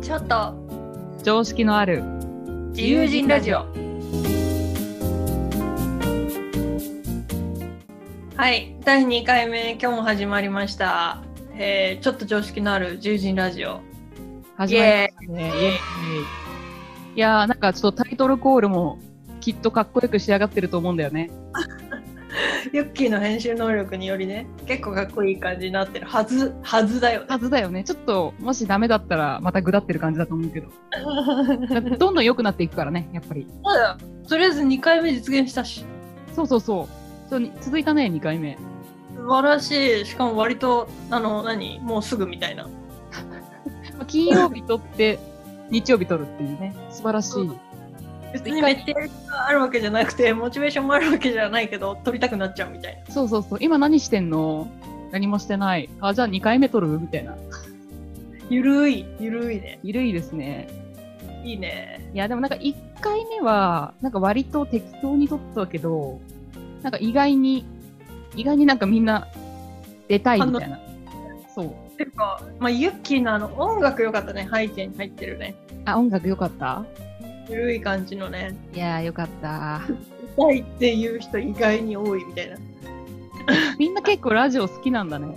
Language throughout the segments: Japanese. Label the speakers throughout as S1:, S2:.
S1: ちょっと
S2: 常識のある
S1: 自由人ラジオ。はい、第2回目、今日も始まりました。えーちょっと常識のある自由人ラジオ。
S2: 始まりましたね。イエーイいやーなんかちょっとタイトルコールもきっとかっこよく仕上がってると思うんだよね。
S1: ユッキーの編集能力によりね、結構かっこいい感じになってるはず、はずだよね。
S2: はずだよね。ちょっともしダメだったらまたぐだってる感じだと思うけど。どんどん良くなっていくからね、やっぱり。
S1: まだ、とりあえず2回目実現したし、
S2: そうそうそう。そうに続いたね、2回目。
S1: 素晴らしい。しかも割と、あの、何もうすぐみたいな。
S2: まあ金曜日撮って、日曜日撮るっていうね。素晴らしい。
S1: 別にめっちゃやる気があるわけじゃなくて、モチベーションもあるわけじゃないけど、撮りたくなっちゃうみたいな。
S2: そうそうそう。今何してんの何もしてない。あ、じゃあ2回目撮るみたいな。
S1: ゆるい、ゆるいね。
S2: ゆるいですね。
S1: いいね。
S2: いや、でもなんか1回目は、なんか割と適当に撮ったけど、なんか意外に、意外になんかみんな出たいみたいな。そう。
S1: ていうか、まあ、ユッキーのあの音楽良かったね。背景に入ってるね。
S2: あ、音楽良かった
S1: ゆるい感じのね。
S2: いやー、良か った。
S1: 痛いっていう人意外に多いみたいな。
S2: みんな結構ラジオ好きなんだね。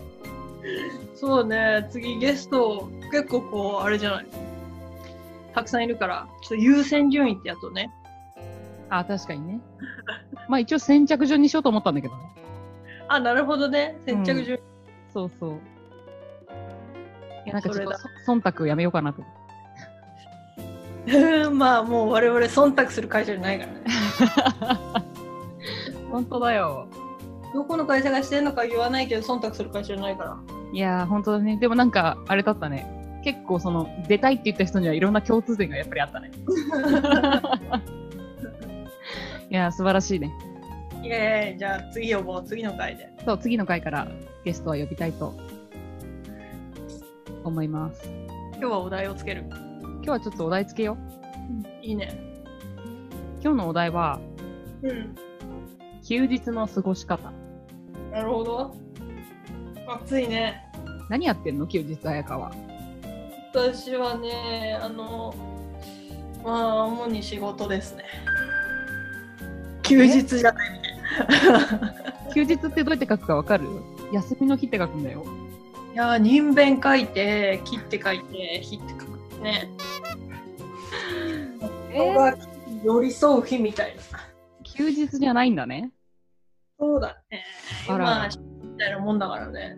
S1: そうね、次ゲスト、結構こう、あれじゃない。たくさんいるから、ちょっと優先順位ってやつをね。
S2: あ、確かにね。まあ一応先着順にしようと思ったんだけどね。
S1: あ、なるほどね。先着順位。
S2: そうそう。いや、なんかちょっと
S1: そ
S2: そ忖度やめようかなと。
S1: まあ、もう我々忖度する会社じゃないからね。
S2: 本当だよ。
S1: どこの会社がしてんのか言わないけど、忖度する会社じゃないから。
S2: いやー、本当だね。でもなんか、あれだったね。結構その、出たいって言った人にはいろんな共通点がやっぱりあったね。いやー、素晴らしいね。
S1: イエーイじゃあ次呼ぼう次の回で
S2: そう、次の回からゲストは呼びたいと思います。
S1: 今日はお題をつける
S2: 今日はちょっとお題つけよう。
S1: いいね
S2: 今日のお題は、
S1: うん
S2: 休日の過ごし方。
S1: なるほど暑いね
S2: 何やってんの休日、彩香は。
S1: 私はねあのまあ主に仕事ですね休日じゃない
S2: 休日ってどうやって書くかわかる休みの日って書くんだよ。
S1: いやー人弁書いて切って書いて切って書くね人が寄り添う日みたいな
S2: 休日じゃないんだね。
S1: そうだね
S2: あら
S1: 今みたいなもんだからね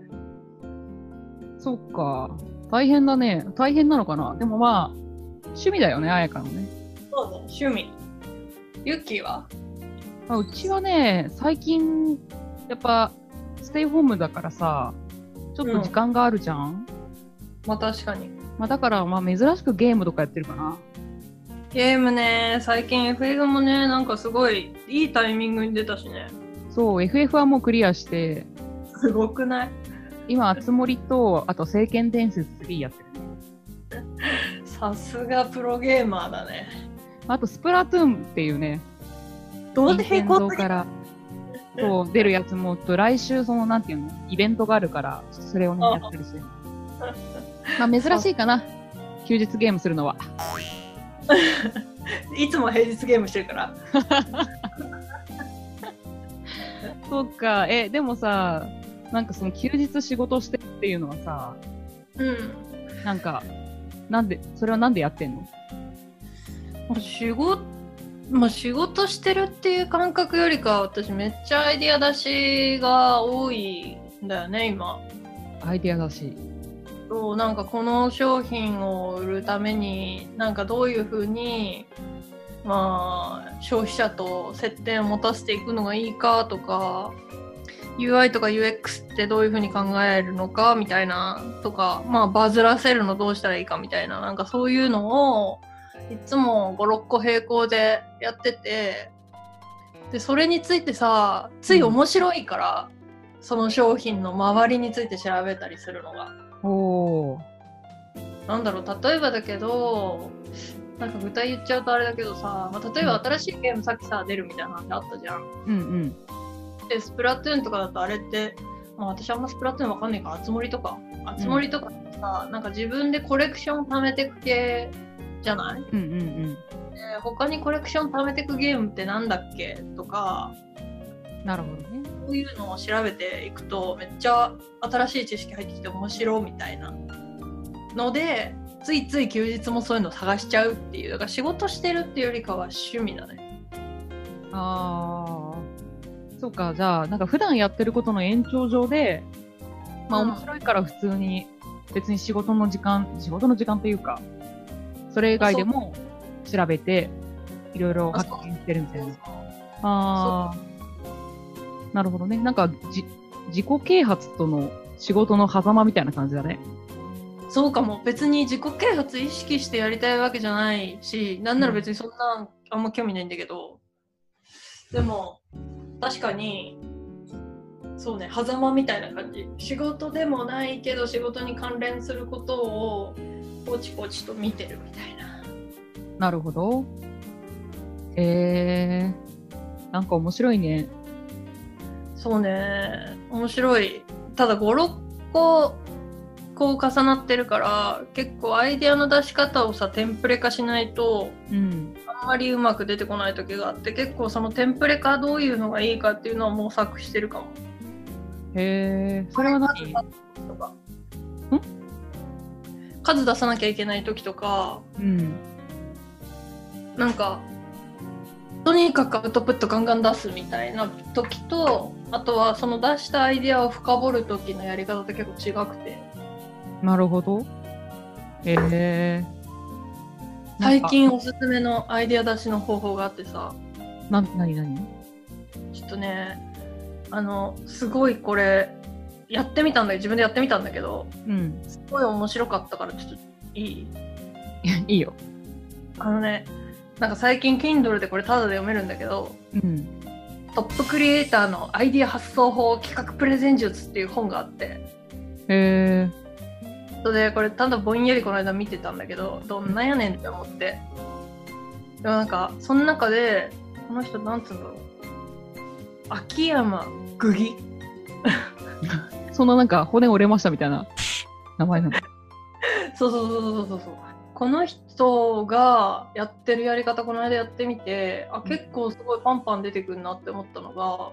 S2: そっか。大変だね。大変なのかな。でもまあ、趣味だよね、あやかのね。
S1: そうね趣味ユッキーは
S2: まあ、うちはね、最近、やっぱ、ステイホームだからさ、ちょっと時間があるじゃん。
S1: まあ確かに
S2: まあだから、まあ珍しくゲームとかやってるかな。
S1: ゲームね、最近 FF もね、なんかすごいいいタイミングに出たしね。
S2: そう、FF はもうクリアして、
S1: すごくない
S2: 今、あつ森と、あと、聖剣伝説3やってる。
S1: さすがプロゲーマーだね。
S2: あと、スプラトゥーンっていうね、
S1: どうでへこ
S2: 任天堂から、そう、出るやつも、と来週、その、なんていうの、イベントがあるから、ちょっとそれをね、
S1: あ
S2: やったりしてる。 まあ、珍しいかな。休日ゲームするのは。
S1: いつも平日ゲームしてるから。
S2: そうか、え、でもさ、なんかその休日仕事してっていうのはさ、
S1: うん。
S2: なんか、なんで、それはなんでやってんの
S1: 仕事、まあ、仕事してるっていう感覚よりか、私めっちゃアイディア出しが多いんだよね、今。
S2: アイディアだし。
S1: そうなんかこの商品を売るためになんかどういうふうに、まあ、消費者と接点を持たせていくのがいいかとか UI とか UX ってどういうふうに考えるのかみたいなとか、まあ、バズらせるのどうしたらいいかみたいななんかそういうのをいつも56個並行でやっててでそれについてさつい面白いから、その商品の周りについて調べたりするのが。
S2: おー。
S1: なんだろう例えばだけどなんか具体言っちゃうとあれだけどさ、まあ、例えば新しいゲームさっきさ出るみたいな話あったじゃん。
S2: うん
S1: でスプラトゥーンとかだとあれってまあ、私あんまスプラトゥーンわかんないから、あつ森とか、あつ森とかってさ、なんか自分でコレクション貯めてく系じゃない、
S2: うんうん
S1: で他にコレクション貯めてくゲームってなんだっけとか、
S2: うん。なるほどね。
S1: そういうのを調べていくと、めっちゃ新しい知識入ってきて面白いみたいな。ので、ついつい休日もそういうの探しちゃうっていう。だから仕事してるっていうよりかは趣味だね。
S2: ああ。そうか、じゃあ、なんか普段やってることの延長上で、まあ
S1: うん
S2: 面白いから普通に、別に仕事の時間、仕事の時間というか、それ以外でも調べて、いろいろ発見してるみたいな。ああ。なるほどね。なんかじ、自己啓発との仕事の狭間みたいな感じだね。
S1: そうかも別に自己啓発意識してやりたいわけじゃないしなんなら別にそんなんあんま興味ないんだけど、でも確かにそうね狭間みたいな感じ仕事でもないけど仕事に関連することをポチポチと見てるみたいな
S2: なるほど。えー、なんか面白いね。
S1: そうね面白いただ56個こう重なってるから結構アイデアの出し方をさテンプレ化しないと
S2: うん。
S1: あんまりうまく出てこない時があって結構そのテンプレかどういうのがいいかっていうのは模索してるかも。
S2: へえー、それは
S1: 数出
S2: 何
S1: す時とか数出さなきゃいけない時とか
S2: うん。
S1: なんかとにかくアウトプットガンガン出すみたいな時とあとはその出したアイデアを深掘る時のやり方って結構違くて
S2: なるほど。へえー。
S1: 最近おすすめのアイデア出しの方法があってさ
S2: なんか。な、なになに
S1: ちょっとねあのすごいこれやってみたんだけど自分でやってみたんだけど
S2: うん。
S1: すごい面白かったからちょっといい
S2: いいよ。
S1: あのね、なんか最近 Kindle でこれタダで読めるんだけど、
S2: うん。
S1: トップクリエイターのアイディア発想法企画プレゼン術っていう本があって、
S2: へえ
S1: それでこれただぼんやりこの間見てたんだけど、どんなんやねんって思って。でもなんか、その中で、この人なんつうんだろう。秋山ぐぎ
S2: ー。そんななんか骨折れましたみたいな名前なの。
S1: そうそうそうそうそうそう。この人がやってるやり方この間やってみてあ結構すごいパンパン出てくるなって思ったのが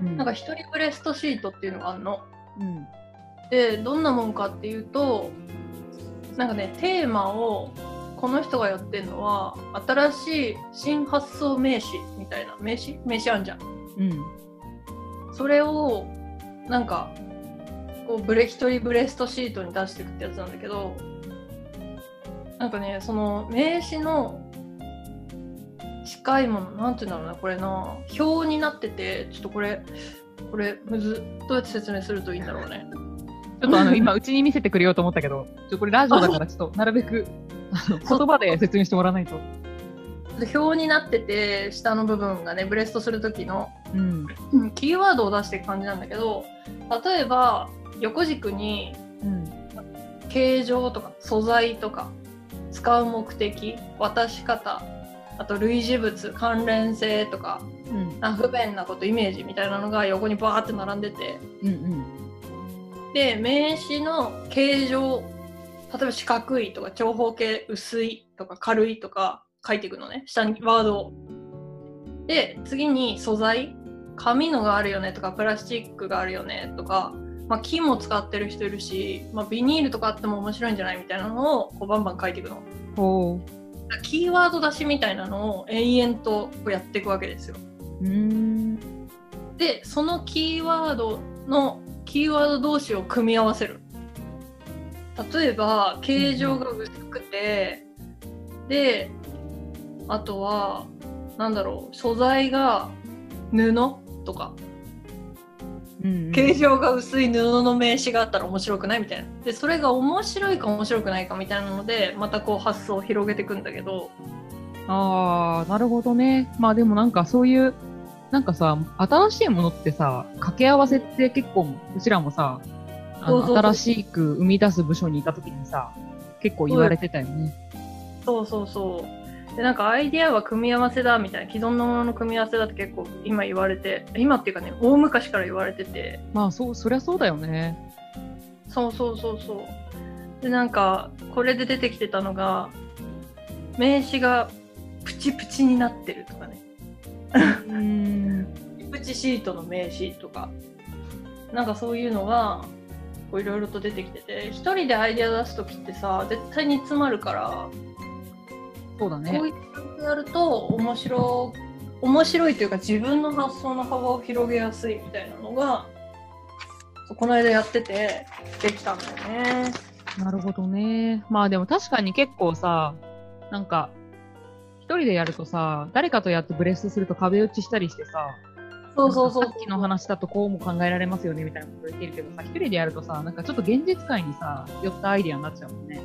S2: うん
S1: なんか一人ブレストシートっていうのがあるの。
S2: うん。
S1: でどんなもんかっていうとなんかねテーマをこの人がやってるのは新しい新発想名詞みたいな名詞名詞あんじゃん
S2: うん。
S1: それをなんかこうブレ一人ブレストシートに出していくってやつなんだけどなんかねその名詞の近いものなんて言うんだろうなこれな表になっててちょっとこれこれむずどうやって説明するといいんだろうね
S2: ちょっとあの、今、うちに見せてくれようと思ったけど、ちょこれラジオだから、ちょっと、なるべく、あの言葉で説明してもらわないと。
S1: 表になってて下の部分がねブレストする時の
S2: うん。
S1: キーワードを出していく感じなんだけど例えば横軸に
S2: うん。
S1: 形状とか素材とか使う目的渡し方あと類似物関連性とか
S2: うん。
S1: あ不便なことイメージみたいなのが横にバーって並んでて
S2: うん。うん。
S1: で名詞の形状例えば四角いとか長方形薄いとか軽いとか書いていくのね下にワードを。で次に素材紙のがあるよねとかプラスチックがあるよねとか、まあ、木も使ってる人いるし、まあ、ビニールとかあっても面白いんじゃないみたいなのをこうバンバン書いていくの。
S2: ほ
S1: キーワード出しみたいなのを延々とこうやっていくわけですよ。
S2: う。うん。
S1: でそのキーワードのキーワード同士を組み合わせる例えば形状が薄くて、であとはなんだろう素材が布とか
S2: うん
S1: 形状が薄い布の名刺があったら面白くないみたいなでそれが面白いか面白くないかみたいなのでまたこう発想を広げていくんだけど
S2: ああ、なるほどね。まあでもなんかそういう、なんかさ、新しいものってさ、掛け合わせって結構、うちらもさ、あ
S1: そうそうそ
S2: の
S1: う
S2: 新しく生み出す部署にいた時にさ、結構言われてたよね。
S1: そうそうそうでなんかアイデアは組み合わせだみたいな既存のものの組み合わせだって結構今言われて今っていうかね大昔から言われてて
S2: まあそうそりゃそうだよね
S1: そうそうそうそうでなんかこれで出てきてたのが名刺がプチプチになってるとかね
S2: うん
S1: プチシートの名刺とかなんかそういうのがこういろいろと出てきてて一人でアイデア出す時ってさ絶対に詰まるから
S2: そうだ
S1: こう
S2: ね
S1: いうことやると面白面白いというか自分の発想の幅を広げやすいみたいなのがそうこの間やっててできたんだよね。
S2: なるほどねまあでも確かに結構さなんか一人でやるとさ誰かとやってブレストすると壁打ちしたりしてさ
S1: そうそうそう
S2: なんかさっきの話だとこうも考えられますよねみたいなこと言ってるけどさ一人でやるとさなんかちょっと現実界にさ寄ったアイデアになっちゃうもんね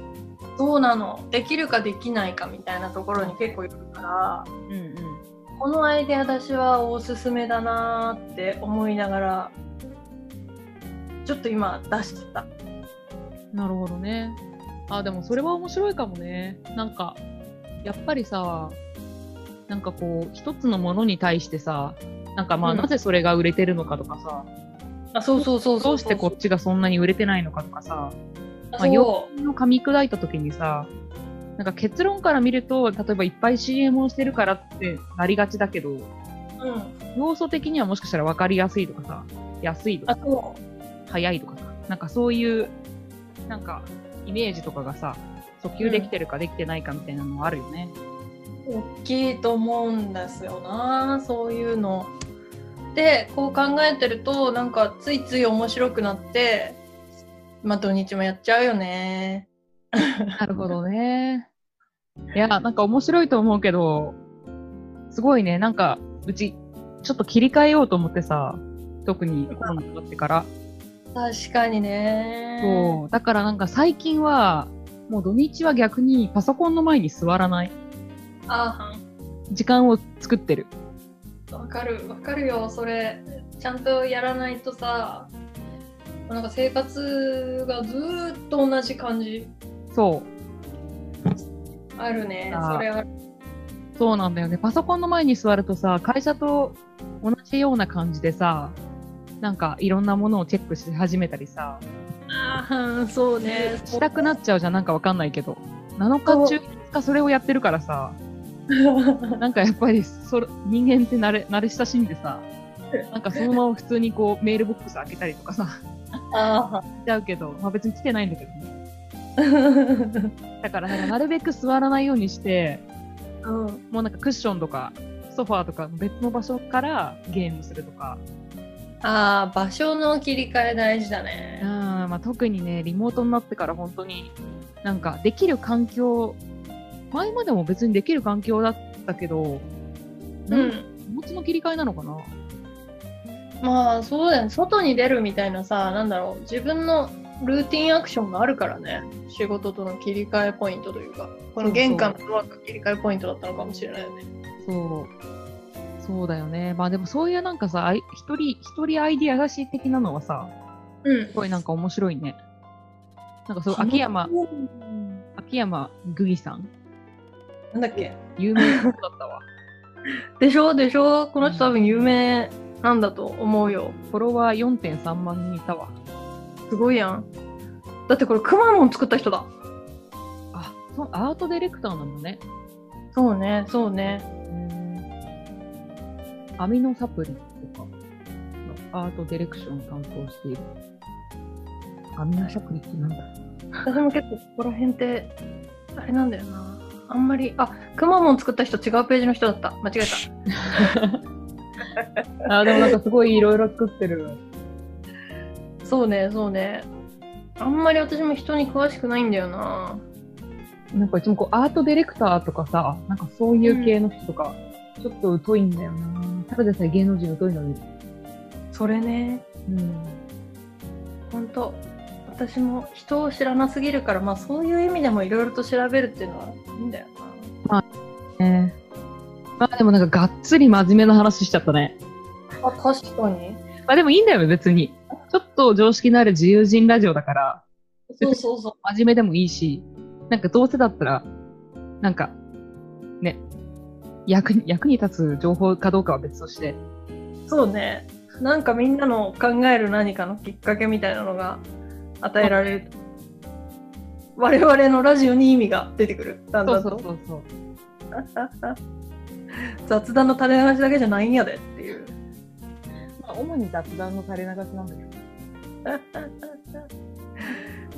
S1: そうなのできるかできないかみたいなところに結構いるから
S2: うんうん
S1: このアイデア出しはおすすめだなーって思いながらちょっと今出してた。
S2: なるほどね。あ、でもそれは面白いかもね。なんか、やっぱりさ、なんかこう、一つのものに対してさ、なんかまあ、
S1: うん
S2: なぜそれが売れてるのかとかさ、
S1: あそうそうそう
S2: どうしてこっちがそんなに売れてないのかとかさ、
S1: あ
S2: まあ、要因を噛み砕いた時にさ、なんか結論から見ると、例えばいっぱい CM をしてるからってなりがちだけど、
S1: そううん
S2: 要素的にはもしかしたら分かりやすいとかさ、安いと
S1: あ
S2: か、
S1: そう
S2: 早いとかさ、なんかそういう、なんか、イメージとかがさ、訴求できてるかできてないかみたいなのもあるよね。
S1: 大きいと思うんですよなそういうの。でこう考えてるとなんかついつい面白くなってまあ土日もやっちゃうよね。
S2: なるほどね。いや、なんか面白いと思うけど、すごいね、なんか、うち、ちょっと切り替えようと思ってさ、特にコロナになってから。
S1: 確かにね。
S2: そう。だからなんか最近は、もう土日は逆にパソコンの前に座らない。
S1: あ
S2: 時間を作ってる。
S1: あわかるわかるよそれちゃんとやらないとさなんか生活がずーっと同じ感じ
S2: そう。
S1: あるね
S2: あー
S1: それある
S2: そうなんだよね。パソコンの前に座るとさ、会社と同じような感じでさ、なんかいろんなものをチェックし始めたりさ、
S1: ああそうね
S2: したくなっちゃうじゃん、なんかわかんないけど。7日中5日それをやってるからさ、なんかやっぱりそれ人間って慣れ慣れ親しんでさ、なんかそのまま普通にこうメールボックス開けたりとかさ、
S1: あ
S2: しちゃうけど、まあ別に来てないんだけどね。
S1: ー
S2: だからなんかなるべく座らないようにして、
S1: うん
S2: もうなんかクッションとか、ソファーとか別の場所からゲームするとか、
S1: ああ場所の切り替え大事だね
S2: うん、まあ、特にね、リモートになってから本当に、なんかできる環境、前までも別にできる環境だったけど、
S1: う
S2: なんか
S1: ん
S2: 気持ちの切り替えなのかな、
S1: まあそうだよね外に出るみたいなさなんだろう自分のルーティンアクションがあるからね仕事との切り替えポイントというかこの玄関のドアが切り替えポイントだったのかもしれないよね
S2: そう。そうだよね。まあでもそういうなんかさ、あい一人、一人アイディア出し的なのはさ、
S1: うん
S2: すごいなんか面白いね。なんかそう、
S1: その
S2: 秋山、秋山ぐぎさん、
S1: なんだっけ
S2: 有名な人だったわ。
S1: でしょでしょこの人多分有名なんだと思うよ
S2: フォロワー4.3万人いたわ。
S1: すごいやんだってこれくまモン作った人だ
S2: あ、そうアートディレクターなんだね。
S1: そうねそうね
S2: アミノサプリとか、アートディレクションを担当している。アミノサプリってなんだ
S1: 私も結構ここら辺ってあれなんだよなあんまりあくまモン作った人違うページの人だった間違えた
S2: あ、でもなんかすごいいろいろ作ってる。
S1: そうね、そうね。あんまり私も人に詳しくないんだよな。
S2: なんかいつもこうアートディレクターとかさ、なんかそういう系の人とか、ちょっと疎いんだよな。ただでさえ芸能人疎いのに。
S1: それね、
S2: うん。
S1: ほんと。私も人を知らなすぎるから、まあそういう意味でもいろいろと調べるっていうのはいいんだよ
S2: ねまあでもなんかがっつり真面目な話しちゃったね。
S1: な。あ、確かに。
S2: まあでもいいんだよね、別に。ちょっと常識のある自由人ラジオだから。
S1: そうそうそ
S2: 真面目でもいいし、なんかどうせだったら、なんか、ね、役に役に立つ情報かどうかは別として、
S1: そうねなんかみんなの考える何かのきっかけみたいなのが与えられると我々のラジオに意味が出てくるだん
S2: そ
S1: だ
S2: うん
S1: と
S2: そうそうそう。
S1: 雑談の垂れ流しだけじゃないんやでっていう
S2: まあ、主に雑談の垂れ流しなんだけど。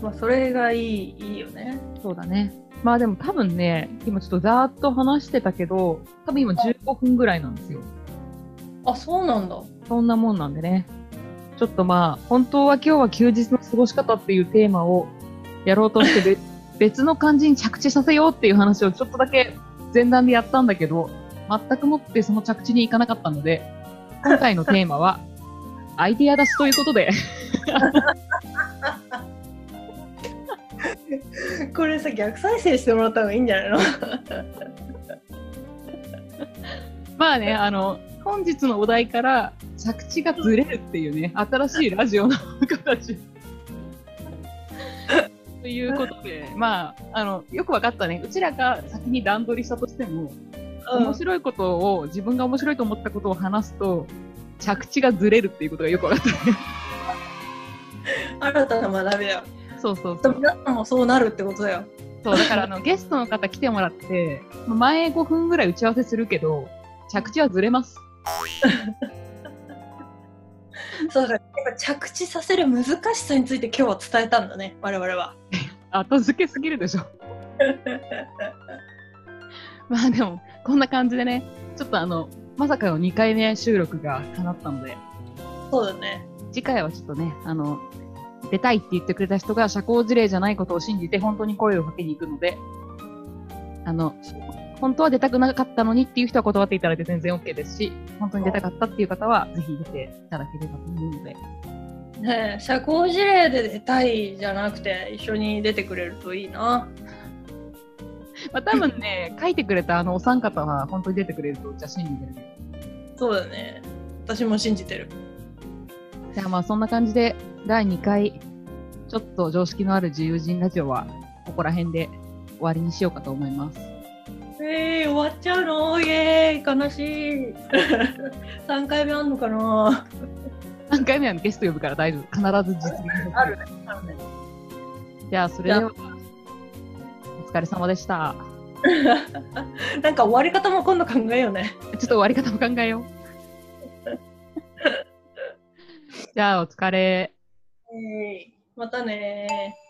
S1: まあそれがいいいいよね
S2: そうだね。まあでも多分ね、今ちょっとざーっと話してたけど、多分今15分ぐらいなんですよ。
S1: あそうなんだ
S2: そんなもんなんでね。ちょっとまあ、本当は今日は休日の過ごし方っていうテーマをやろうとしてべ別の感じに着地させようっていう話をちょっとだけ前段でやったんだけど、全くもってその着地に行かなかったので、今回のテーマは、アイディア出しということで、
S1: これさ逆再生してもらった方がいいんじゃないの
S2: まあね、あの、本日のお題から着地がずれるっていうね、新しいラジオの形。 ということで、まあ、あの、よくわかったね。うちらが先に段取りしたとしても、面白いことを、自分が面白いと思ったことを話すと、着地がずれるっていうことがよくわかっ
S1: 新たな学びだよ
S2: た。そうそう
S1: で
S2: そ
S1: も
S2: う。
S1: 皆さんもそうなるってことだよ
S2: そう、だからあの、ゲストの方来てもらって、まあ前5分ぐらい打ち合わせするけど、着地はずれます。
S1: そうだやっぱ着地させる難しさについて今日は伝えたんだね我々は
S2: 後付けすぎるでしょ。 まあでも、こんな感じでね、ちょっとあの、まさかの2回目収録が叶ったので、
S1: そうだね
S2: 次回はちょっとね、あの、出たいって言ってくれた人が社交辞令じゃないことを信じて本当に声をかけに行くので、あの、本当は出たくなかったのにっていう人は断っていただいて全然 OK ですし、本当に出たかったっていう方はぜひ出ていただければと思うので、
S1: ねえ社交辞令で出たいじゃなくて一緒に出てくれるといいな
S2: まあ多分ね、書いてくれたあのお三方は本当に出てくれると、じゃあ信じてる。
S1: そうだね私も信じてる
S2: じゃあまあそんな感じで第2回ちょっと常識のある自由人ラジオはここら辺で終わりにしようかと思います。
S1: えー、終わっちゃうのイエーイ悲しい 3回目あんのかな
S2: 3回目はゲスト呼ぶから大丈夫。必ず実現
S1: ある
S2: ね。じゃあそれではお疲れ様でした。
S1: なんか終わり方も今度考えようね
S2: ちょっと終わり方も考えよ う。じゃあお疲
S1: え
S2: れ。
S1: ー、またねー